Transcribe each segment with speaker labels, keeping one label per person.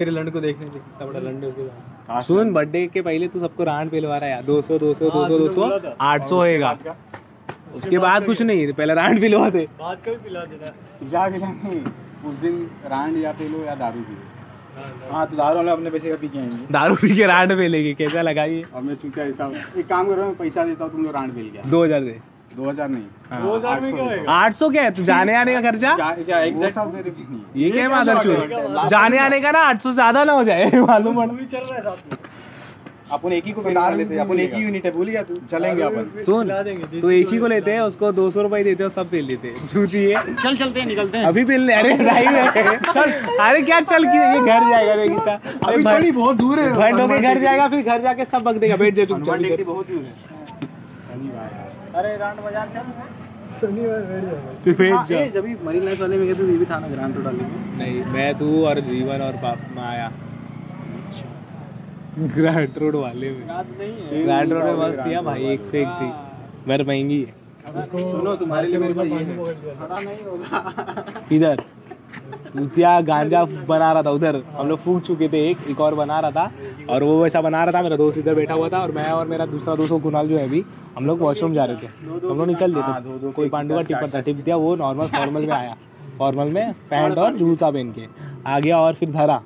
Speaker 1: तेरे लंड को देखने के लिए कितना बड़ा लंड है उसके सामने।
Speaker 2: सुन बर्थडे के पहले तू सबको रांड पिलवा रहा है दो सौ दो सौ
Speaker 1: हाँ,
Speaker 2: दो सौ दो सौ आठ सौ होएगा उसके बाद कुछ नहीं पहले रांड पिलवा दे
Speaker 3: बात का भी पिला देता है
Speaker 4: या विला नहीं उस दिन रांड या पी लो या दारू पी लो हाँ तो दारू वाले अपने पैसे का पी के आएंगे
Speaker 2: दारू पी के रांड पिलेगी कैसा लगा ये
Speaker 4: अब मैं चूतिया हिसाब एक काम करो मैं पैसा देता हूँ तुम लोग रांड मिल गया
Speaker 2: दो हजार दे
Speaker 4: दो हजार नहीं
Speaker 3: दो हजार में क्या होएगा
Speaker 2: आठ सौ क्या है तू जाने आने का खर्चा
Speaker 4: क्या क्या एग्जैक्ट मेरे भी नहीं
Speaker 2: ये क्या है माधर चूर जाने आने का ना आठ सौ ज्यादा ना हो जाए मालूम पड़
Speaker 3: तू भी चल रहा है साथ में
Speaker 1: अपन एक ही को
Speaker 4: तो
Speaker 1: पहनवा
Speaker 4: दारू
Speaker 1: लेते
Speaker 4: भी
Speaker 1: अपन एक
Speaker 4: मिलेगा।
Speaker 1: ही यूनिट है भूल गया तू
Speaker 4: चलेंगे अपन
Speaker 2: सुन
Speaker 3: पिला देंगे,
Speaker 2: तो एक ही को लेते हैं उसको दो सौ रुपए देते हो सब पी लेते हैं झूठी है
Speaker 5: चल चलते हैं निकलते हैं
Speaker 2: अभी पी ले अरे ड्राइव है अरे क्या चल के ये घर जाएगा देखिता अरे
Speaker 4: अभी थोड़ी बहुत दूर है
Speaker 2: भंड होके घर जाएगा फिर घर जाके सब बक देगा बैठ जा
Speaker 4: हनुमान
Speaker 2: चुपचाप
Speaker 4: टेकड़ी
Speaker 2: इधर।
Speaker 4: बहुत दूर है अरे रांड बाजार चल
Speaker 1: शनिवार
Speaker 2: तू बैठ
Speaker 1: बैठ जाएगा
Speaker 2: जा
Speaker 4: हाँ, जब भी मरीन लाइफ वाले में गए थे ये भी था ना ग्रांड टोटल में
Speaker 2: नहीं मैं तू और जीवन और पाप माया ग्रैंड रोड वाले में
Speaker 4: याद नहीं है
Speaker 2: ग्रैंड रोड में मस्त थी भाई एक से एक थी
Speaker 4: हाँ।
Speaker 2: मगर महंगी है
Speaker 4: सुनो तुम्हारे लिए मेरे पास ये है। पता नहीं होगा
Speaker 2: इधर क्या गांजा बना रहा था उधर हम लोग फूक चुके थे एक एक और बना रहा था और वो वैसा बना रहा था मेरा दोस्त इधर बैठा हुआ था और मैं और मेरा दूसरा दोस्त वो कुणाल जो है अभी हम लोग वॉशरूम जा रहे थे हम लोग निकल देते थे कोई पांडू का टिपर था टिप दिया वो नॉर्मल फॉर्मल में आया फॉर्मल में पैंट और जूता पहन के आ गया और फिर धरा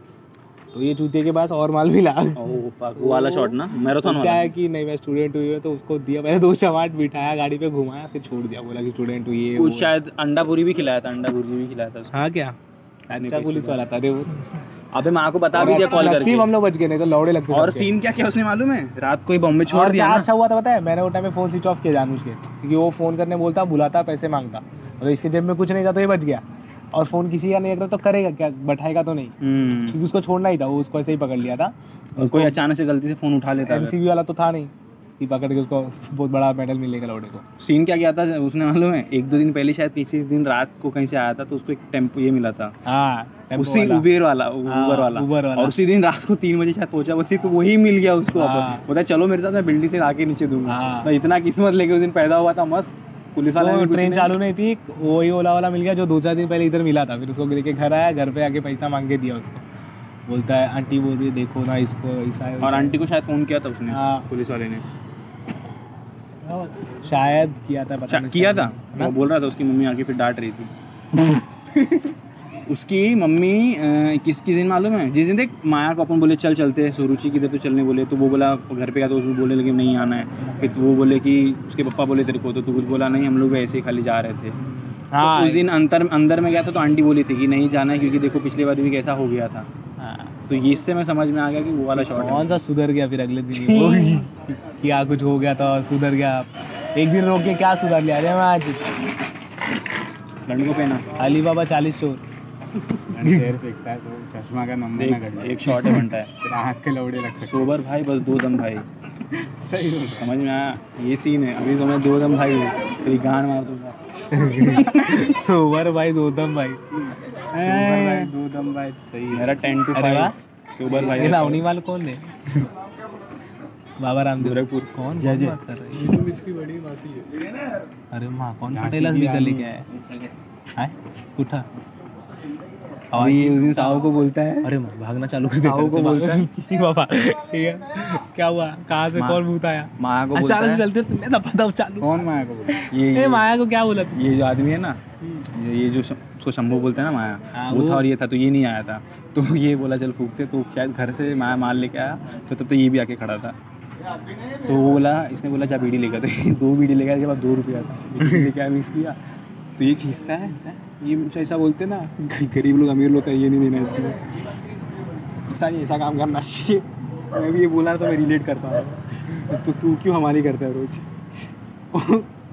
Speaker 2: तो ये जूते के पास और माल मिला
Speaker 5: Oh, वो वाला शॉट ना मैराथन
Speaker 2: क्या है कि नहीं मैं स्टूडेंट हुई है तो उसको दिया मैंने दो चमाट बिठाया गाड़ी पे घुमाया फिर छोड़ दिया बोला कि स्टूडेंट हुई है वो
Speaker 5: कुछ
Speaker 2: है।
Speaker 5: शायद अंडा पूरी भी खिलाया था अंडा भुर्जी भी खिलाया था उसको
Speaker 2: हाँ क्या अच्छा पुलिस वाला था अरे वो
Speaker 5: अबे माँ को बता भी दिया
Speaker 2: और
Speaker 5: कॉल
Speaker 2: नसीब
Speaker 5: करके
Speaker 2: हम लोग बच गए नहीं तो लौड़े लगते
Speaker 5: और
Speaker 2: सबके।
Speaker 5: सीन क्या क्या उसने मालूम है रात को ही बॉम्बे छोड़
Speaker 2: और
Speaker 5: दिया
Speaker 2: क्या
Speaker 5: ना
Speaker 2: अच्छा हुआ था पता है मैंने वो टाइम में फोन स्विच ऑफ किया जानबूझ के क्योंकि वो फोन करने बोलता बुलाता पैसे मांगता और इसके जेब में कुछ नहीं था तो ये बच गया और फोन किसी का नहीं रहा तो करेगा क्या बैठाएगा तो नहीं
Speaker 5: हम्म,
Speaker 2: क्योंकि उसको छोड़ना ही था वो उसको ऐसे ही पकड़ लिया था
Speaker 5: कोई अचानक से गलती से फोन उठा लेता
Speaker 2: एन
Speaker 5: है
Speaker 2: वाला तो था नहीं कि पकड़ के उसको बहुत बड़ा मेडल मिलेगा लौड़े को
Speaker 5: सीन क्या किया था उसने मालूम है एक दो दिन पहले शायद किसी दिन रात को कहीं से आया था तो उसको एक टेम्पो ये मिला था
Speaker 2: हाँ टेम्पो
Speaker 5: उसी
Speaker 2: वाला।
Speaker 5: उबेर वाला
Speaker 2: हाँ,
Speaker 5: उबर वाला
Speaker 2: Uber वाला।
Speaker 5: और उसी दिन रात को तीन बजे शायद पहुंचा उसी तो वही मिल गया उसको
Speaker 2: हाँ।
Speaker 5: वापस बोला चलो मेरे साथ मैं बिल्डिंग से आके नीचे दूंगा
Speaker 2: हाँ।
Speaker 5: मैं इतना किस्मत लेके उस दिन पैदा हुआ था मस्त पुलिस वाला
Speaker 2: वो ट्रेन चालू नहीं थी वही ओला वाला मिल गया जो दो चार दिन पहले इधर मिला था फिर उसको लेके घर आया घर पे आके पैसा मांग के दिया उसको बोलता है आंटी बोल रही है देखो ना इसको ऐसा है
Speaker 5: और
Speaker 2: वैसा है।"
Speaker 5: आंटी को शायद फोन किया था उसने
Speaker 2: हाँ।
Speaker 5: पुलिस वाले ने
Speaker 2: शायद किया था पता
Speaker 5: अच्छा,
Speaker 2: नहीं
Speaker 5: किया
Speaker 2: शायद
Speaker 5: था
Speaker 2: ना?
Speaker 5: वो बोल रहा था उसकी मम्मी आके फिर डांट रही थी उसकी मम्मी अ, किस किस दिन मालूम है जिस दिन देख माया को अपन बोले चल चलते हैं सुरुचि की तो चलने बोले तो वो बोला घर पे का तो उसको बोले लेकिन नहीं आना है फिर तो वो बोले कि उसके पापा बोले तेरे को तो तू कुछ बोला नहीं हम लोग ऐसे ही खाली जा रहे थे
Speaker 2: हाँ।
Speaker 5: तो उस दिन अंतर अंदर में गया था तो आंटी बोली थी कि नहीं जाना है क्योंकि देखो पिछली बार भी कैसा हो गया था
Speaker 2: हाँ।
Speaker 5: तो ये इससे मैं समझ में आ गया कि वो वाला शॉट है
Speaker 2: कौन सा सुधर गया फिर अगले दिन ये बोल- क्या हाँ, कुछ हो गया था और सुधर गया एक दिन रोक के क्या सुधर लिया अरे मैं आज
Speaker 5: लड़ने को पहना
Speaker 2: अली बाबा चालीस चोर
Speaker 4: पैर फेंकता है तो चश्मा का नंबर ना घट
Speaker 5: देख एक शॉट है बनता है
Speaker 4: जाए आँख के लौड़े लग सकते
Speaker 5: सोबर भाई बस दो दम भाई
Speaker 4: हैं। सही बोल रहा
Speaker 5: समझ में आया ये सीन है अभी तो मैं दो दम भाई हूँ तेरी गान मार दूंगा
Speaker 2: सोवर भाई दोदम भाई
Speaker 4: है। सुपर भाई, दो दम भाई सही है
Speaker 5: मेरा टेन टू
Speaker 2: अरे
Speaker 5: फाइव
Speaker 2: वाह।
Speaker 5: सुपर
Speaker 2: ये
Speaker 5: भाई
Speaker 2: लावनी वाला कौन है बाबा रामदेव गोरखपुर कौन जय जय कर रहे हैं?
Speaker 3: तुम तो इसकी बड़ी मासी है
Speaker 2: अरे माँ कौन फटेला निकल लेके आया है उठा और
Speaker 5: ये उस दिन साहु को बोलता है
Speaker 2: अरे माँ भागना चालू कर देता को बोलता है बाबा ठीक है क्या हुआ कहाँ से कौन भूत आया
Speaker 5: माया को बोलता
Speaker 2: अचानक
Speaker 5: है
Speaker 2: चलते चलते ना पता चालू
Speaker 4: कौन माया को बोलता है?
Speaker 5: अच्छा, ये
Speaker 2: ए माया को क्या बोला तू
Speaker 5: मतलब ये जो आदमी है ना ये ये जो शं- उसको शंभू बोलते हैं ना माया
Speaker 2: हम्म। हाँ,
Speaker 5: वो
Speaker 2: वो-
Speaker 5: था और ये था तो ये नहीं आया था तो ये बोला चल फूकते तो शायद घर से माया माल लेके आया तो तब तो ये भी आके खड़ा था तो वो बोला इसने बोला जा बीड़ी लेकर तो ये दो बीड़ी लेकर के बाद दो रुपया था ये बीड़ी लेके आया मिक्स किया तो ये खींचता है है? ये हमेशा ऐसा बोलते हैं ना ग- गरीब लोग अमीर लोग का ये नहीं देना चाहिए ऐसा नहीं ऐसा काम करना चाहिए मैं भी ये बोला तो मैं रिलेट कर पा रहा हूँ तो तू क्यों हमारी करता है रोज़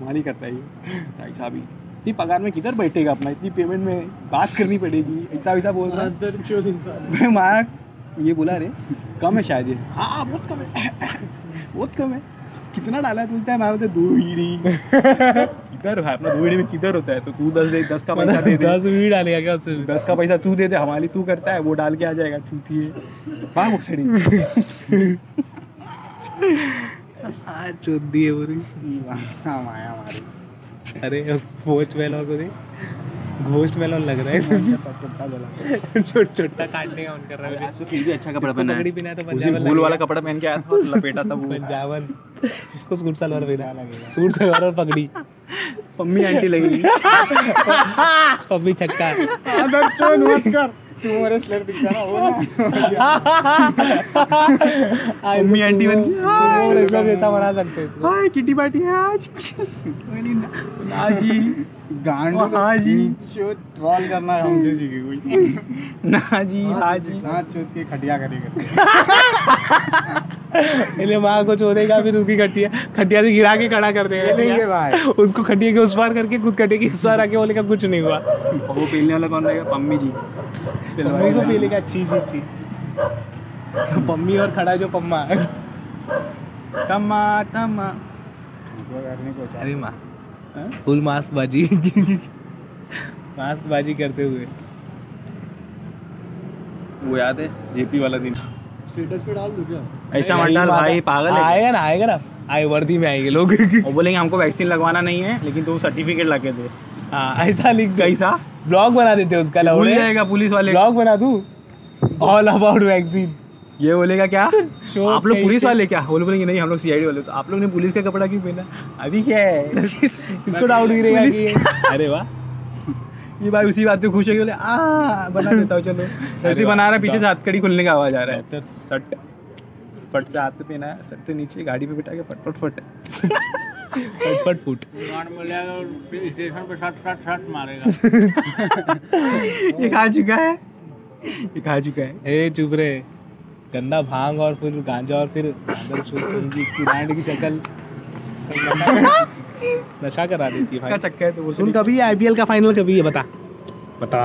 Speaker 5: माली करता है ये भाई साहब ही इतनी पगार में किधर बैठेगा अपना इतनी पेमेंट में बात करनी पड़ेगी ऐसा वैसा बोल रहा है मैं माया ये बोला रे कम है शायद ये हाँ बहुत कम है बहुत
Speaker 2: तो
Speaker 5: कम है कितना डाला है तू बोलता है मैं बोलता दो बीड़ी किधर है अपना दो बीड़ी में किधर होता है तो तू दस दे दस का पैसा दे दे
Speaker 2: दस मिनट डालेगा क्या उसमें
Speaker 5: दस का पैसा तू दे दे हमारी तू करता है वो डाल के आ जाएगा चूती है भाग उसे
Speaker 2: हाँ चोदी है पूरी
Speaker 4: हाँ माया हमारी
Speaker 2: अरे पोच वेल और को दे घोस्ट मेलन लग रहा है छोट छोटा काटने का मन कर रहा है
Speaker 5: तो फिर भी अच्छा कपड़ा
Speaker 2: जिसको
Speaker 5: पहना
Speaker 2: पगड़ी पहना है तो
Speaker 5: है उस दिन
Speaker 2: पंजाबी
Speaker 5: फूल वाला
Speaker 2: लगेगा।
Speaker 5: कपड़ा पहन के आया था और लपेटा था वो
Speaker 2: पंजाबन इसको सूट सलवार पहना सूट सलवार और पगड़ी
Speaker 5: मम्मी आंटी लगी
Speaker 2: पब्बी छक्का आई
Speaker 5: मम्मी आंटी बन
Speaker 2: तो वो रेशमा जैसा बना सकते हैं इसको।
Speaker 5: हाय किटी पार्टी है आज हाँ जी
Speaker 4: गांडू
Speaker 5: हाँ जी।
Speaker 4: ट्रॉल करना है हमसे सीखे कोई
Speaker 5: ना जी हाँ जी
Speaker 4: हाँ चोत के खटिया करेगा
Speaker 2: इसलिए माँ को छोड़ेगा फिर उसकी खटिया खटिया से गिरा के खड़ा कर देगा
Speaker 4: खेलेंगे भाई।
Speaker 2: उसको खटिया के उस पार करके खुद खटिया के इस पार आके बोलेगा कुछ नहीं हुआ
Speaker 5: और वो पहनने वाला कौन रहेगा पम्मी जी
Speaker 2: पम्मी को पीलेगा छी छी छी तो पम्मी और खड़ा जो पम्मा
Speaker 5: तमा तमा
Speaker 4: करने को
Speaker 2: अरे माँ फुल मास्क बाजी मास्क बाजी करते हुए
Speaker 5: वो याद है जेपी वाला दिन
Speaker 3: स्टेटस पे डाल दो क्या
Speaker 5: ऐसा मत डाल भाई पागल है
Speaker 2: आएगा ना आएगा ना आए वर्दी में आएंगे लोग
Speaker 5: और बोलेंगे हमको वैक्सीन लगवाना नहीं है लेकिन तो सर्टिफिकेट ला के दे
Speaker 2: हाँ ऐसा लिख दे
Speaker 5: कैसा
Speaker 2: ब्लॉग बना देते उसका
Speaker 5: भूल
Speaker 2: लौड़े
Speaker 5: जाएगा पुलिस वाले
Speaker 2: ब्लॉग बना दू ऑल अबाउट वैक्सीन
Speaker 5: ये बोलेगा क्या
Speaker 2: शो
Speaker 5: आप लोग
Speaker 2: कहीं
Speaker 5: पुलिस
Speaker 2: से-
Speaker 5: वाले क्या वो लोग बोलेंगे नहीं हम लोग सीआईडी वाले तो आप लोग ने पुलिस का कपड़ा क्यों पहना अभी क्या है तो
Speaker 2: इसको डाउट गिरेगा कि ये- अरे वाह
Speaker 5: ये भाई उसी बात पे खुश है कि बोले आ बना देता हूँ चलो ऐसे ही बना रहा है पीछे से हथकड़ी खुलने का आवाज आ रहा है सट फट से हाथ पे पहना है सट से नीचे गाड़ी पे बिठा के फट फट फट
Speaker 2: फट फट फुट
Speaker 3: स्टेशन पे शर्ट शर्ट शर्ट मारेगा
Speaker 5: ये खा चुका है ये खा चुका है
Speaker 2: ए चुप रे गंदा भांग और फिर गांजा और फिर गांजा की शूट करेगी, इसकी ब्रांड की शक्ल नशा करा देती है
Speaker 5: का
Speaker 2: भाई
Speaker 5: चक्का है तो वो
Speaker 2: सुन कभी आईपीएल का फाइनल कभी है बता बता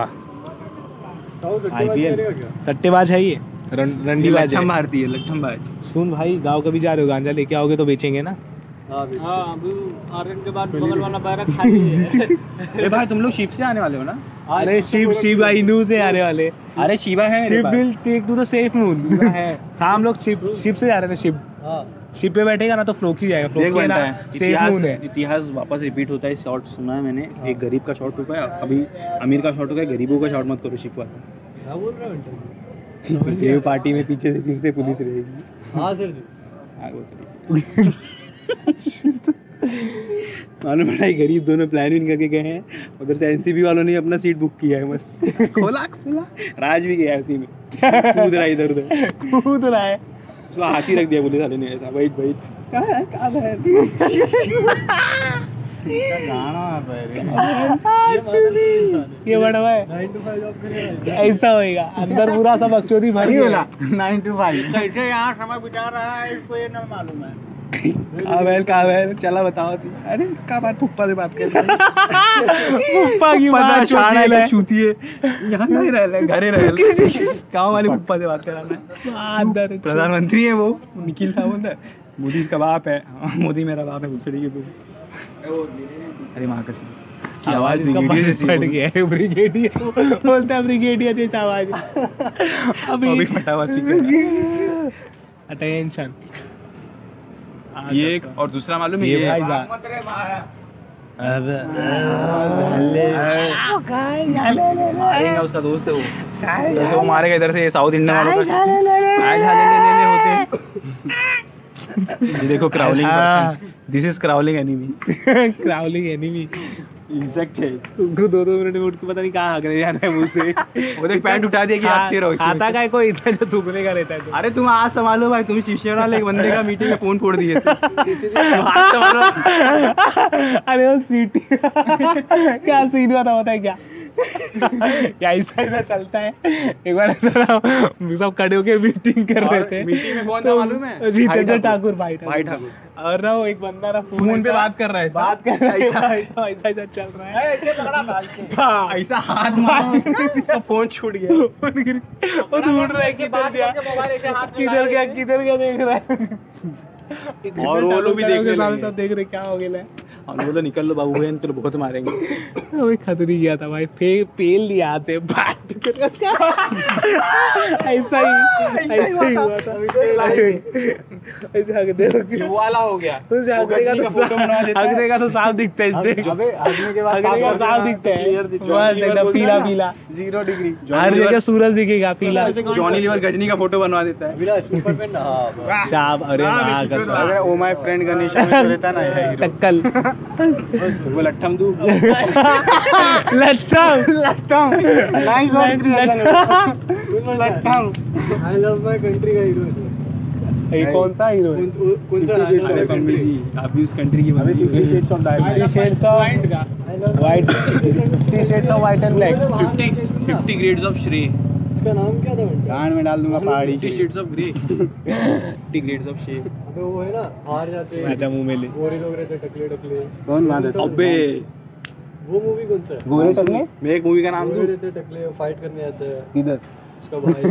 Speaker 1: तो
Speaker 2: आईपीएल सट्टेबाज है ये रण- रंडीबाज
Speaker 5: लठम
Speaker 2: है
Speaker 5: मारती तो। है लठम बाज
Speaker 2: सुन भाई गांव कभी जा रहे हो गांजा लेके आओगे तो बेचेंगे ना
Speaker 3: हाँ अभी आर्यन के बाद बगल वाला बैरक खाली है
Speaker 5: अरे भाई तुम लोग शिप से आने वाले हो ना
Speaker 2: अरे शिव शिव आई न्यू से आने वाले
Speaker 5: अरे शिवा है
Speaker 2: Shiv will take to the SafeMoon
Speaker 5: है
Speaker 2: तो शाम लोग शिप शिप से जा रहे थे शिप शिप पे बैठेगा ना तो फ्लोकी जाएगा
Speaker 5: देख
Speaker 2: फ्लोकी है
Speaker 5: बनता
Speaker 2: ना
Speaker 5: है
Speaker 2: सेफ मून
Speaker 5: इतिहास
Speaker 2: है
Speaker 5: इतिहास वापस रिपीट होता है शॉट सुना है मैंने एक गरीब का शॉट हुआ है अभी अमीर का शॉट हो गया गरीबों का शॉट मत करो शिकवा
Speaker 2: देव पार्टी में पीछे से फिर से पुलिस रहेगी
Speaker 3: हाँ सर जी
Speaker 5: आगे चलिए
Speaker 2: मालूम पड़ा ये गरीब दोनों प्लानिंग करके गए हैं उधर से एनसीबी वालों ने अपना सीट बुक किया है मस्त
Speaker 5: खोला खोला राज भी गया है उसी में कूद रहा है इधर उधर
Speaker 2: कूद रहा है
Speaker 5: उसको हाथी रख दिया पुलिस वाले ने ऐसा वेट वेट
Speaker 4: गाना आता है रे।
Speaker 2: ये बड़ा है
Speaker 3: नाइन टू फाइव जॉब करेगा
Speaker 2: ऐसा होएगा अंदर पूरा सब अक्चोरी भरी
Speaker 4: नहीं
Speaker 2: है
Speaker 4: बोला नाइन टू फाइव
Speaker 3: कैसे यहाँ समय बिता रहा है इसको ये ना मालूम है
Speaker 5: कावेल कावेल चला बताओ तू। अरे का बात फुप्पा से बात कर
Speaker 2: पप्पा की
Speaker 5: पता
Speaker 2: मार
Speaker 5: है शान
Speaker 2: चोटी
Speaker 5: आएगा
Speaker 2: है
Speaker 5: छूती है यहाँ नहीं रह ले घरे रह ले गाँव वाले पप्पा से बात कराना है
Speaker 2: अंदर
Speaker 5: प्रधानमंत्री है वो निखिल था बोलता है, मोदी इसका बाप है हाँ, मोदी मेरा बाप है घुसड़ी के पूरे अरे माँ कसम इसकी आवाज
Speaker 2: इसका
Speaker 5: ब्रिगेडियर
Speaker 2: फट-
Speaker 5: जैसी
Speaker 2: फट
Speaker 5: है,
Speaker 2: गया है ब्रिगेडियर बोलता है ब्रिगेडियर जैसा आवाज
Speaker 5: वो
Speaker 2: अभी
Speaker 5: भी फटा हुआ स्पीकर
Speaker 2: अटेंशन
Speaker 5: ये एक और दूसरा मालूम है
Speaker 2: ये
Speaker 5: ये
Speaker 2: भाई जा अब
Speaker 5: मारेगा उसका दोस्त है वो जैसे वो मारेगा इधर से ये साउथ इंडियन वालों का आज हाले ले ले ले होते हैं। ये देखो क्राउलिंग
Speaker 2: हाँ।
Speaker 5: This is crawling enemy
Speaker 2: crawling enemy
Speaker 5: insect है
Speaker 2: उनको दो दो मिनट में उठ के पता नहीं कहाँ आगने जाना है मुझसे
Speaker 5: वो देख पैंट उठा दिया कि आते रहो
Speaker 2: खाता का है कोई इतना जो थूकने का रहता है तो।
Speaker 5: अरे तुम आज संभालो भाई तुम शिवसेना वाले एक बंदे का मीटिंग में फोन फोड़ दिए थे। आज संभालो
Speaker 2: अरे वो सीटी क्या सीन हुआ था पता है क्या क्या ऐसा ऐसा चलता है एक बार ऐसा ना, सब खड़े होके मीटिंग कर रहे थे
Speaker 5: meeting में कौन था मालूम है?
Speaker 2: जितेंद्र
Speaker 5: भाई
Speaker 2: ठाकुर
Speaker 5: ठाकुर।
Speaker 2: भाई
Speaker 5: भाई
Speaker 2: ठाकुर और ना वो एक बंदा ना
Speaker 5: फोन पे
Speaker 2: ऐसा-
Speaker 5: बात कर रहा है
Speaker 2: बात कर रहा है ऐसा ऐसा- ऐसा ऐसा चल रहा है हाँ,
Speaker 5: ऐसा हाथ मारा उसका तो फोन छूट गया
Speaker 2: फोन गिर गया। वो ढूंढ रहा है किधर गया किधर गया किधर गया देख रहा है
Speaker 5: और वो लोग भी देख रहे
Speaker 2: सामने
Speaker 5: लगे।
Speaker 2: सब देख रहे क्या हो गया है।
Speaker 5: हमने बोला निकल लो बाबू बहन तेरे बहुत मारेंगे
Speaker 2: वही खतरी गया था भाई फे पेल दिया हाथ से बात ऐसा ही ऐसा ही हुआ था ऐसे हक दे
Speaker 4: वाला हो गया
Speaker 2: उसे
Speaker 4: वो
Speaker 2: हक देगा
Speaker 4: गजनी
Speaker 2: तो
Speaker 4: का photo बना
Speaker 2: सा- हक
Speaker 4: देता है।
Speaker 2: देगा तो साफ दिखता है इससे
Speaker 4: अबे आदमी के बाद
Speaker 2: हक देगा साफ दिखता है बस एकदम पीला पीला
Speaker 4: जीरो डिग्री
Speaker 2: हर जगह सूरज दिखेगा पीला
Speaker 5: जॉनी लीवर गजनी का फोटो बनवा देता है हाँ,
Speaker 4: अविनाश ऊपर पे ना
Speaker 2: शाप अरे हाँ, वाह कसम
Speaker 4: हाँ, अगर ओ माय फ्रेंड गणेश में तो रहता ना है हीरो
Speaker 2: टक्कल
Speaker 4: वो लट्ठम दू
Speaker 2: लट्टा
Speaker 4: लट्ठम नाइस वन लट्ठम
Speaker 1: आई लव माय कंट्री का हीरो है।
Speaker 2: ये कौन सा हीरो है
Speaker 1: कौन- कौन सा आई
Speaker 5: अरे
Speaker 1: लव
Speaker 5: पंडित जी आप भी उस कंट्री की बंदी हो।
Speaker 2: Fifty shades of white fifty shades of white and black
Speaker 3: 50 50 grades of श्रे
Speaker 1: उसका नाम क्या था बंटी?
Speaker 4: कान में डाल दूंगा पहाड़ी
Speaker 3: टी shades of grey 50 grades of श्रे
Speaker 1: अबे वो है ना हार जाते हैं।
Speaker 2: अच्छा मुंह में ले
Speaker 1: गोरे लोग रहते हैं, टकले टकले
Speaker 4: कौन मानता
Speaker 5: अबे
Speaker 1: वो मूवी कौन सा है
Speaker 2: गोरे टकले
Speaker 5: मैं एक मूवी का नाम
Speaker 1: गोरे रहते हैं, टकले फाइट करने आता है
Speaker 2: इधर
Speaker 1: उसका भाई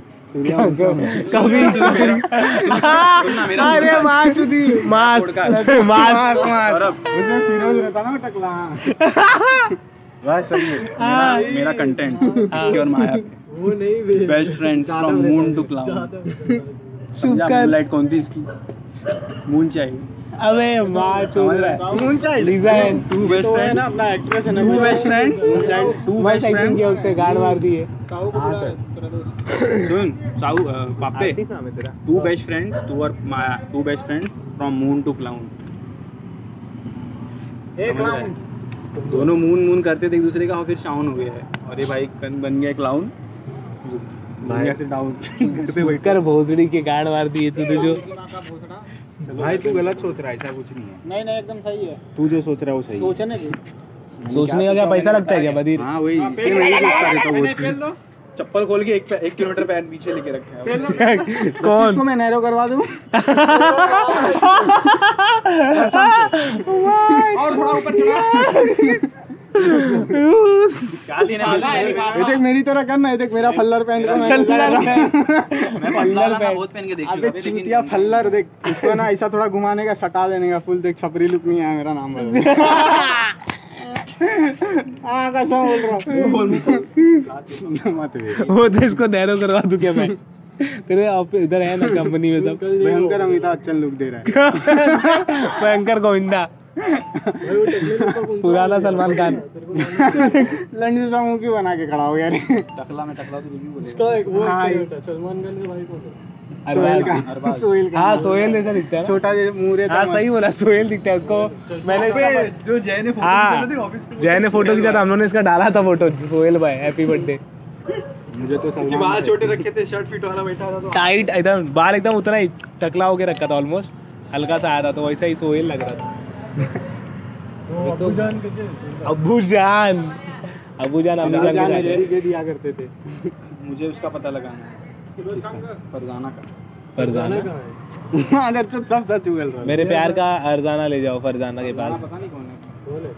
Speaker 2: कभी अरे मास चुदी मास मास
Speaker 4: उसमें फिरोज रहता ना वो टकला
Speaker 5: वाह सही है मेरा- मेरा कंटेंट इसके और माया पे
Speaker 1: वो नहीं बे
Speaker 5: best friends from moon to cloud
Speaker 2: चुप कर।
Speaker 5: लाइट कौन थी इसकी मून चाहिए
Speaker 2: अबे मास
Speaker 5: समझ रहा है
Speaker 4: moon child
Speaker 2: design
Speaker 5: two best
Speaker 4: तो है ना
Speaker 5: फ्रेंड्स
Speaker 4: अपना एक्ट्रेस है ना
Speaker 5: two best friends
Speaker 4: moon child
Speaker 5: two
Speaker 2: मस्त
Speaker 5: बेस्ट
Speaker 2: एक्टिंग किया उसने गाड़ मार दी है
Speaker 5: सुन साहू अ, पापे टू बेस्ट फ्रेंड्स टू और Maya two best friends from moon to clown दोनों मून मून करते थे एक दूसरे का और फिर शाउन हो गया है और ये भाई कन बन गया क्लाउन बन गया से डाउन घर पे बैठ
Speaker 2: कर भोसड़ी के गाड़ मार दी है तूने जो
Speaker 4: भाई तू गलत सोच रहा है ऐसा कुछ नहीं है
Speaker 3: नहीं नहीं एकदम सही है
Speaker 4: तू जो सोच रहा है वो सही है
Speaker 3: सोचने Ah, की
Speaker 2: सोचने का क्या पैसा लगता है क्या बदीर
Speaker 4: हाँ वही इसलिए मैं यही सोचता रहता हूँ बहुत
Speaker 5: चप्पल खोल के एक एक किलोमीटर पैन पीछे लेके रखा है
Speaker 4: कौन इसको मैं नैरो करवा दूं और थोड़ा ऊपर चढ़ा ये देख मेरी तरह करना ये देख मेरा फल्लर पहन के मैं ऐसा कर रहा हूं।
Speaker 3: बहुत पहन के देख
Speaker 4: अबे चूतिया फल्लर देख इसको ना ऐसा थोड़ा घुमाने का सटा देने का फुल देख छपरी लुक नहीं आया मेरा नाम बदल दे। हाँ कसम बोल रहा हूँ मत बे।
Speaker 2: वो तो इसको नैरो करवा दूं क्या मैं तेरे आप इधर है ना कंपनी में सब
Speaker 4: भयंकर अमिताभ बच्चन लुक दे रहा है
Speaker 2: भयंकर गोविंदा पुराना सलमान खान
Speaker 4: लंडी सा मुंह क्यों बना के खड़ा हो गया रे?
Speaker 5: टकला में टकला तो रिव्यू बोले
Speaker 1: उसका एक वो
Speaker 4: हाँ,
Speaker 1: actor था, सलमान खान का भाई कौन था
Speaker 4: सोहेल का सोहेल का
Speaker 2: हाँ सोहेल ऐसा दिखता है ना?
Speaker 4: छोटा जे मुंह रहता
Speaker 2: हाँ
Speaker 4: है,
Speaker 2: सही बोला सोहेल दिखता है उसको मैंने इसका
Speaker 5: जो जय ने
Speaker 2: हाँ जय ने फोटो खींचा था हम लोगों ने इसका डाला था फोटो सोहेल भाई हैप्पी बर्थडे
Speaker 4: मुझे तो
Speaker 5: कि
Speaker 4: सलमान
Speaker 5: बाल छोटे रखे थे शर्ट फिट वाला बैठा था तो
Speaker 2: टाइट एकदम बाल एकदम उतना ही टकला होके रखा था ऑलमोस्ट हल्का सा आया था तो वैसा ही सोहेल लग रहा था
Speaker 1: वो तो- हाँ, अब्बू जान कैसे है?
Speaker 2: अबू जान अबू जान अबू जान
Speaker 4: जान
Speaker 2: के
Speaker 4: नजरी
Speaker 2: साथ
Speaker 4: के दिया करते थे
Speaker 5: मुझे उसका पता लगाना है किसका? फरजाना का
Speaker 2: फरजाना
Speaker 1: कहाँ है?
Speaker 5: हाँ,
Speaker 4: अदरचंद सब सच उगल रहा है।
Speaker 2: मेरे प्यार का अर्जाना ले जाओ फरजाना के
Speaker 5: फरजाना
Speaker 2: पास
Speaker 5: पता नहीं कौन है
Speaker 1: कौन है?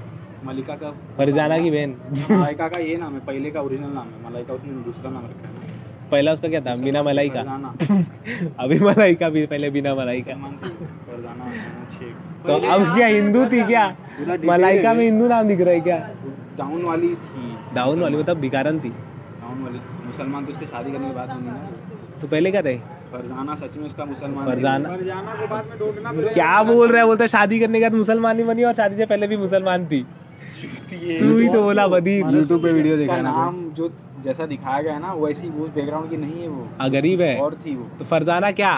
Speaker 5: मलिका का
Speaker 2: फरजाना की बहन
Speaker 5: मलाइका का ये नाम है पहले का ओरिजिनल नाम है मलाइका उसने दूसरा नाम रखा है ना।
Speaker 2: पहला उसका क्या था बिना मलाई का
Speaker 5: फरजाना
Speaker 2: अभी मलाई का भी पहले बिना मलाई का
Speaker 5: रहमान खान, फरजाना रहमान शेख
Speaker 2: तो अब क्या हिंदू थी क्या मलाइका में हिंदू नाम दिख रहा है क्या
Speaker 5: डाउन वाली थी
Speaker 2: डाउन वाली मतलब भिखारन थी
Speaker 5: डाउन वाली मुसलमान तो उससे शादी करने के बाद होनी ना
Speaker 2: तो पहले क्या थे
Speaker 5: फरजाना सच में उसका मुसलमान
Speaker 2: फरजाना
Speaker 3: जाना के बाद में डोकना
Speaker 2: क्या बोल रहा है बोलता है शादी करने के बाद मुसलमान ही बनी और शादी से पहले भी मुसलमान थी तू ही तो बोला बदीर
Speaker 4: YouTube पे वीडियो
Speaker 5: उसका
Speaker 4: दिखाना
Speaker 5: नाम जो जैसा दिखाया गया है ना वैसी वो बैकग्राउंड की नहीं है वो
Speaker 2: आ, गरीब है
Speaker 5: और थी वो
Speaker 2: तो फरजाना क्या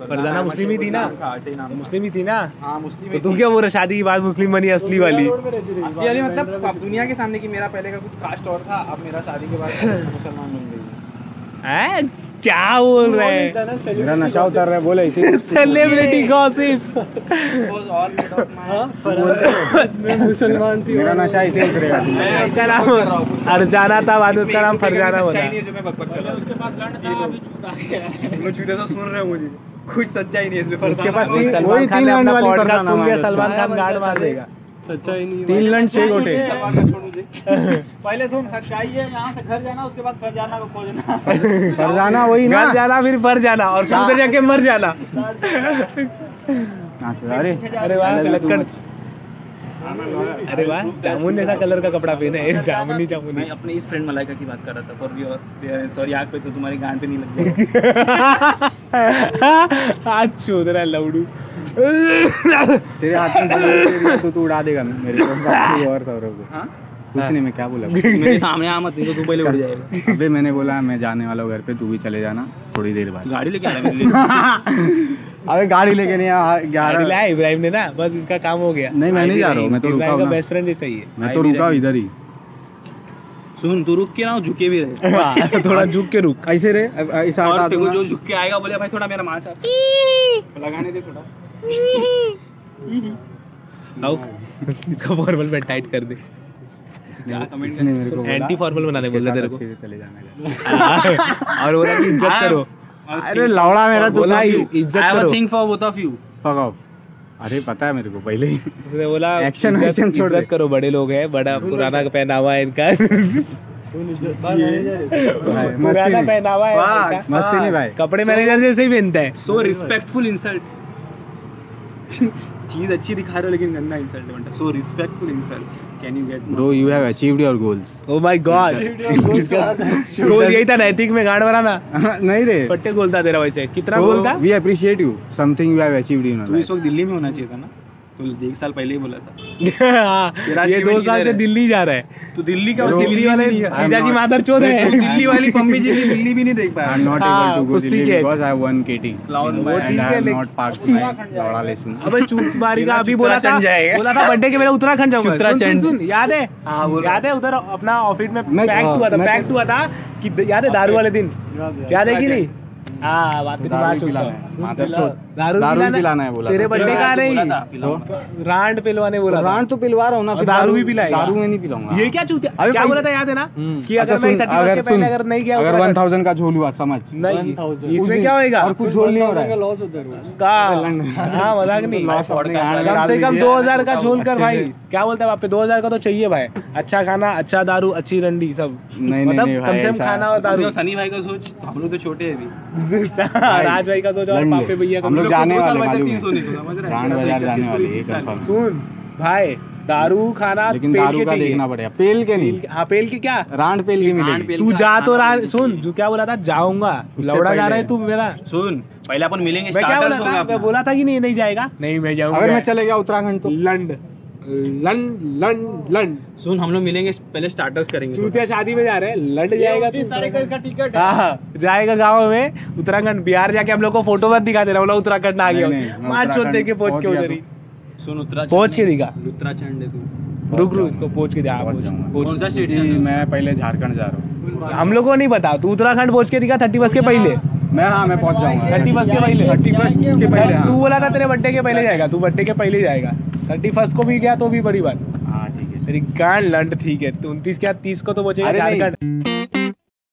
Speaker 2: फरजाना
Speaker 5: रहमान
Speaker 2: मुस्लिम ही
Speaker 5: शेख
Speaker 2: थी
Speaker 5: उस
Speaker 2: ना
Speaker 5: नाम का, ऐसे ही नाम
Speaker 2: मुस्लिम ही थी ना
Speaker 5: था। हाँ मुस्लिम
Speaker 2: तो
Speaker 5: ही
Speaker 2: तू
Speaker 5: थी।
Speaker 2: क्या बोल रहा है, शादी के बाद मुस्लिम बनी असली वाली
Speaker 1: रोड में रहती थी
Speaker 5: असली वाली मतलब अब दुनिया के सामने कि मेरा पहले का कुछ कास्ट और था अब मेरा शादी के बाद मुसलमान बन गई
Speaker 2: हैं? क्या बोल रहे हैं
Speaker 1: था ना celebrity
Speaker 4: मेरा नशा उतर रहा है बोले इसी
Speaker 2: celebrity gossips
Speaker 5: This was all made of my-
Speaker 1: हाँ, फरहान में मुसलमान थी
Speaker 4: मेरा नशा इसे उतरेगा
Speaker 5: मैं
Speaker 2: उसका
Speaker 5: इसमें
Speaker 2: नाम
Speaker 5: बकबक कर रहा हूँ, कुछ
Speaker 2: अर्जाना था बाद में
Speaker 5: इसमें
Speaker 2: उसका नाम फरजाना बोला
Speaker 5: एक रुपए का भी सच्चाई नहीं है जो मैं बकबक कर रहा हूँ।
Speaker 3: उसके पास लड़ था अभी चूता गया है।
Speaker 5: तुम लोग चूतिया से सुन रहे हो मुझे कुछ सच्चाई नहीं है इसमें
Speaker 4: उसके
Speaker 5: फरसाना
Speaker 4: पास
Speaker 5: बोल-
Speaker 4: तीन-
Speaker 2: सलमान
Speaker 4: वही
Speaker 2: खान ने
Speaker 4: तीन लंड
Speaker 2: अपना
Speaker 4: वाली
Speaker 2: पॉडकास्ट
Speaker 4: फरसाना
Speaker 2: सुन लिया
Speaker 4: वाला
Speaker 2: सलमान
Speaker 4: है।
Speaker 2: खान गाड़ मार
Speaker 4: तो
Speaker 2: देगा
Speaker 1: सच्चाई नहीं
Speaker 4: तीन लंड छह गोटे
Speaker 5: फरसाना छोड़ मुझे।
Speaker 3: पहले सुन सच्चाई है यहाँ से घर जाना उसके बाद घर जाना को खोजना
Speaker 5: हाँ,
Speaker 4: फरजाना वही ना
Speaker 2: घर जाना फिर मर जाना और शुरू कर जाके मर जाना
Speaker 4: हाँ, छोड़, अरे
Speaker 2: अरे वाह लक्कड़ अरे वाह जामुन जैसा कलर का कपड़ा पहना है जामुनी जामुनी
Speaker 5: मैं अपने इस फ्रेंड मलाइका की बात कर रहा था फॉर योर सॉरी आग पे तो तुम्हारी गांड पे नहीं लगती
Speaker 2: हाँ, आज चोद रहा है लवड़ू
Speaker 4: तेरे हाथ में गुलाब तो तू उड़ा देगा मेरे को बाकी और सौरभ को
Speaker 5: हाँ
Speaker 4: कुछ नहीं मैं क्या बोला
Speaker 5: मेरे सामने आ मत नहीं तो तू पहले उड़ जाएगा
Speaker 4: अबे मैंने बोला मैं जाने वाला हूँ घर पे तू भी चले जाना थोड़ी देर बाद
Speaker 5: गाड़ी लेके आ रहा है मेरे लिए
Speaker 4: अबे गाड़ी लेके नहीं आ
Speaker 2: गाड़ी
Speaker 4: ग्यारह
Speaker 2: लाया इब्राहिम ने ना बस इसका काम हो गया
Speaker 4: नहीं, मैं नहीं जा रहा हूँ, मैं तो रुका
Speaker 2: इब्राहिम
Speaker 4: हूँ
Speaker 2: का
Speaker 4: ना।
Speaker 2: बेस्ट फ्रेंड जैसा ही है
Speaker 4: मैं तो रुका हूँ इधर ही
Speaker 5: सुन तू रुक के ना झुके भी रहे
Speaker 2: वाह, थोड़ा झुक के रुक
Speaker 4: ऐसे रे अब ऐसा हटा
Speaker 5: और तेरे
Speaker 4: दूंगा
Speaker 5: को जो झुक के आएगा बोले भाई थोड़ा मेरा मांस आप लगाने दे थोड़ा
Speaker 2: आओ इसका फॉर्मल में टाइट कर दे
Speaker 5: क्या कमेंट
Speaker 4: इसने मेरे को बोला
Speaker 2: एंटी फॉर्मल बनाने बोल रहा तेरे को
Speaker 4: अच्छे से चले जाना घर।
Speaker 2: और बोला कि इज्जत करो
Speaker 4: अरे लौड़ा मेरा तो तू
Speaker 2: बोला
Speaker 4: fuck
Speaker 2: इज्जत
Speaker 5: आई हैव
Speaker 2: करो
Speaker 5: a thing for both of you
Speaker 4: off. अरे पता है मेरे को पहले ही
Speaker 2: उसने बोला
Speaker 4: Action,
Speaker 2: इज्जत-
Speaker 4: action छोड़ दे।
Speaker 2: इज्जत करो बड़े लोग हैं बड़ा पुराना पहनावा है इनका
Speaker 4: भाई, मस्ती
Speaker 2: पुराना
Speaker 4: नहीं
Speaker 2: पहनावा है इनका।
Speaker 4: मस्ती नहीं भाई
Speaker 2: कपड़े मैनेजर जैसे ही पहनता है
Speaker 5: सो रिस्पेक्टफुल इंसल्ट चीज अच्छी दिखा रहे हो लेकिन गंदा इंसल्ट बनता so respectful insult can you get
Speaker 4: bro you have achieved your goals
Speaker 2: oh my god goal यही था नैतिक में गांड बनाना
Speaker 5: हाँ,
Speaker 4: नहीं रे
Speaker 2: पट्टे गोलता तेरा वैसे कितना गोल था
Speaker 4: we appreciate you something you have achieved in
Speaker 5: तू तो इस वक्त दिल्ली में होना चाहिए था ना तो एक साल पहले ही बोला था तेरा
Speaker 2: हाँ, ये
Speaker 5: achievement
Speaker 2: दो साल
Speaker 5: किधर
Speaker 2: से
Speaker 5: है?
Speaker 2: दिल्ली जा रहा है
Speaker 5: तो दिल्ली का
Speaker 4: Bro,
Speaker 5: दिल्ली वाले
Speaker 2: जीजा जी माधर चोद है
Speaker 5: दिल्ली वाली पम्मी जी की दिल्ली भी नहीं देख
Speaker 4: आई
Speaker 5: पाया
Speaker 4: एम नॉट
Speaker 2: हाँ,
Speaker 4: एबल टू गो
Speaker 2: कुश्ती
Speaker 4: दिल्ली
Speaker 2: के।
Speaker 4: Because I one Katie
Speaker 5: loud वो
Speaker 4: एंड
Speaker 2: ठीक है,
Speaker 4: आई हैव
Speaker 2: लेकिन-
Speaker 4: नॉट पार्क माय लौड़ा लेसन
Speaker 2: अबे चूत मारी का
Speaker 5: बिना
Speaker 2: अभी बोला था
Speaker 5: चित्राचंद जाएगा।
Speaker 2: बोला था बर्थडे के मेरा उत्तराखंड जाऊंगा सुन सुन
Speaker 5: चित्राचंद।
Speaker 2: सुन याद है
Speaker 5: हाँ, बोलो।
Speaker 2: याद है उधर अपना ऑफिस में
Speaker 4: मैं-
Speaker 2: पैक्ट
Speaker 4: हाँ,
Speaker 2: हुआ था
Speaker 4: मैं-
Speaker 2: पैक्ट हुआ था कि द- याद है दारू वाले दिन याद है कि नहीं हाँ बात तेरी मार
Speaker 4: दारू
Speaker 2: चुका
Speaker 4: पिलाना है मादर चोद
Speaker 2: दारू
Speaker 4: दारू
Speaker 2: पिलाना-
Speaker 4: पिलाना है बोला
Speaker 2: तेरे
Speaker 4: था।
Speaker 2: बर्थडे का
Speaker 5: बोला था,
Speaker 2: नहीं
Speaker 5: पिलाऊंगा।
Speaker 2: रांड पिलवाने बोला था।
Speaker 4: रान तो पिलवा रहा हूँ ना
Speaker 2: और
Speaker 4: फिर
Speaker 2: दारू भी पिलाएगा।
Speaker 4: दारू में नहीं पिलाऊंगा
Speaker 2: ये क्या चूत
Speaker 4: अबे
Speaker 2: क्या
Speaker 4: भाई-
Speaker 2: बोला था याद है ना कि
Speaker 4: अच्छा
Speaker 2: अगर मैं
Speaker 4: सुन,
Speaker 2: 31 के पहले अगर नहीं गया
Speaker 4: अगर
Speaker 2: उत्तराखंड-
Speaker 4: 1000 का झोल हुआ समझ
Speaker 2: नहीं
Speaker 4: उस
Speaker 2: इसमें
Speaker 4: दिन-
Speaker 2: क्या होएगा
Speaker 4: और कुछ झोल नहीं हो रहा है
Speaker 1: लॉस होता है रोज
Speaker 2: का हाँ मजाक नहीं
Speaker 4: Loss अपने गाने में
Speaker 2: कम
Speaker 4: डाल
Speaker 2: से कम
Speaker 4: दीजिए।
Speaker 2: 2000 का झोल कर
Speaker 4: तो अच्छे
Speaker 2: भाई
Speaker 4: से।
Speaker 2: क्या बोलते हैं बाप पे 2000 का तो चाहिए भाई अच्छा खाना अच्छा दारू अच्छी रंडी सब
Speaker 4: नहीं, नहीं,
Speaker 2: मतलब
Speaker 4: नहीं
Speaker 2: कम
Speaker 4: भाई,
Speaker 2: से कम
Speaker 4: ऐसा-
Speaker 2: खाना और दारू
Speaker 5: तो सनी भाई का सोच तो हम लोग तो छोटे हैं अभी
Speaker 2: राज भाई का सोच और
Speaker 4: लड़ेंगे।
Speaker 2: पापे भैया का
Speaker 4: हम लोग
Speaker 2: सोच।
Speaker 4: जाने
Speaker 5: तो दो साल
Speaker 4: वाले
Speaker 5: बचा
Speaker 4: मालूम
Speaker 5: तीन सोने को, समझ
Speaker 4: है
Speaker 5: रहा है? तेरा
Speaker 4: रान
Speaker 5: तो
Speaker 4: बाजार
Speaker 5: इकतीस
Speaker 4: जाने
Speaker 5: को
Speaker 4: वाले ये
Speaker 5: इकतीस साल।
Speaker 4: कंफर्म
Speaker 2: तो- सुन भाई दारू खाना
Speaker 4: लेकिन
Speaker 2: पेल
Speaker 4: दारू
Speaker 2: के
Speaker 4: का
Speaker 2: चाहिए
Speaker 4: देखना पड़ेगा पेल के
Speaker 2: पेल
Speaker 4: नहीं
Speaker 2: के- हाँ पेल के क्या
Speaker 4: रान पेल की
Speaker 5: रान
Speaker 4: मिलेगी
Speaker 5: पेल
Speaker 2: तू
Speaker 5: का
Speaker 2: जा तो
Speaker 5: खाना
Speaker 2: रहा
Speaker 5: भी
Speaker 2: सुन जो क्या बोला था जाऊंगा
Speaker 4: उससे
Speaker 2: लौड़ा जा
Speaker 4: पहले।
Speaker 2: रहा है तू मेरा
Speaker 5: सुन पहले अपन मिलेंगे
Speaker 2: मैं क्या बोला
Speaker 5: starters होगा
Speaker 2: था मैं
Speaker 5: अपना।
Speaker 2: बोला था कि नहीं नहीं जाएगा नहीं मैं
Speaker 4: अगर मैं चले गया उत्तराखंड तो
Speaker 2: लंड लंड लंड लंड
Speaker 5: सुन हम लोग मिलेंगे पहले स्टार्टर्स करेंगे थोड़ा।
Speaker 2: चूतिया शादी में जा रहे हैं लड़ जाएगा तू
Speaker 3: तीस तारीख का इसका टिकट है
Speaker 2: हाँ जाएगा गाँव में उत्तराखंड बिहार जाके हम लोग को फोटो मत दिखा देना बोला उत्तराखंड आ गया
Speaker 4: नहीं, नहीं, मैं
Speaker 2: मार छोड़
Speaker 4: उत्तराखंड
Speaker 2: दे के पहुंच के
Speaker 4: पहुंच
Speaker 2: उधर ही
Speaker 5: सुन उत्तराखंड
Speaker 2: पहुंच के
Speaker 5: में-
Speaker 2: दिखा।
Speaker 5: उत्तराखंड है तू
Speaker 2: रुक रुक इसको पहुंच के दिखा
Speaker 4: तो। पहुंच जाऊंगा।
Speaker 2: पहुंच-
Speaker 5: कौन सा
Speaker 4: क्योंकि
Speaker 5: स्टेशन है
Speaker 4: मैं पहले झारखंड जा रहा हूँ
Speaker 2: पहुंच- हम लोग को नहीं पता तू उत्तराखंड पहुंच के दिखा थर्टी बस के पहले
Speaker 4: मैं हाँ मैं पहुंच जाऊंगा
Speaker 2: थर्टी बस के पहले
Speaker 4: थर्टी फर्स्ट के पहले
Speaker 2: तू
Speaker 4: हाँ
Speaker 2: बोला था तेरे बर्थडे के पहले जाएगा तू बर्थडे के पहले जाएगा थर्टी फर्स्ट को भी गया तो भी बड़ी बात
Speaker 4: हाँ, ठीक है
Speaker 2: तेरी गांड लंड ठीक है उनतीस क्या तीस को तो पहुंचेगा
Speaker 4: अरे नहीं।
Speaker 2: झारखंड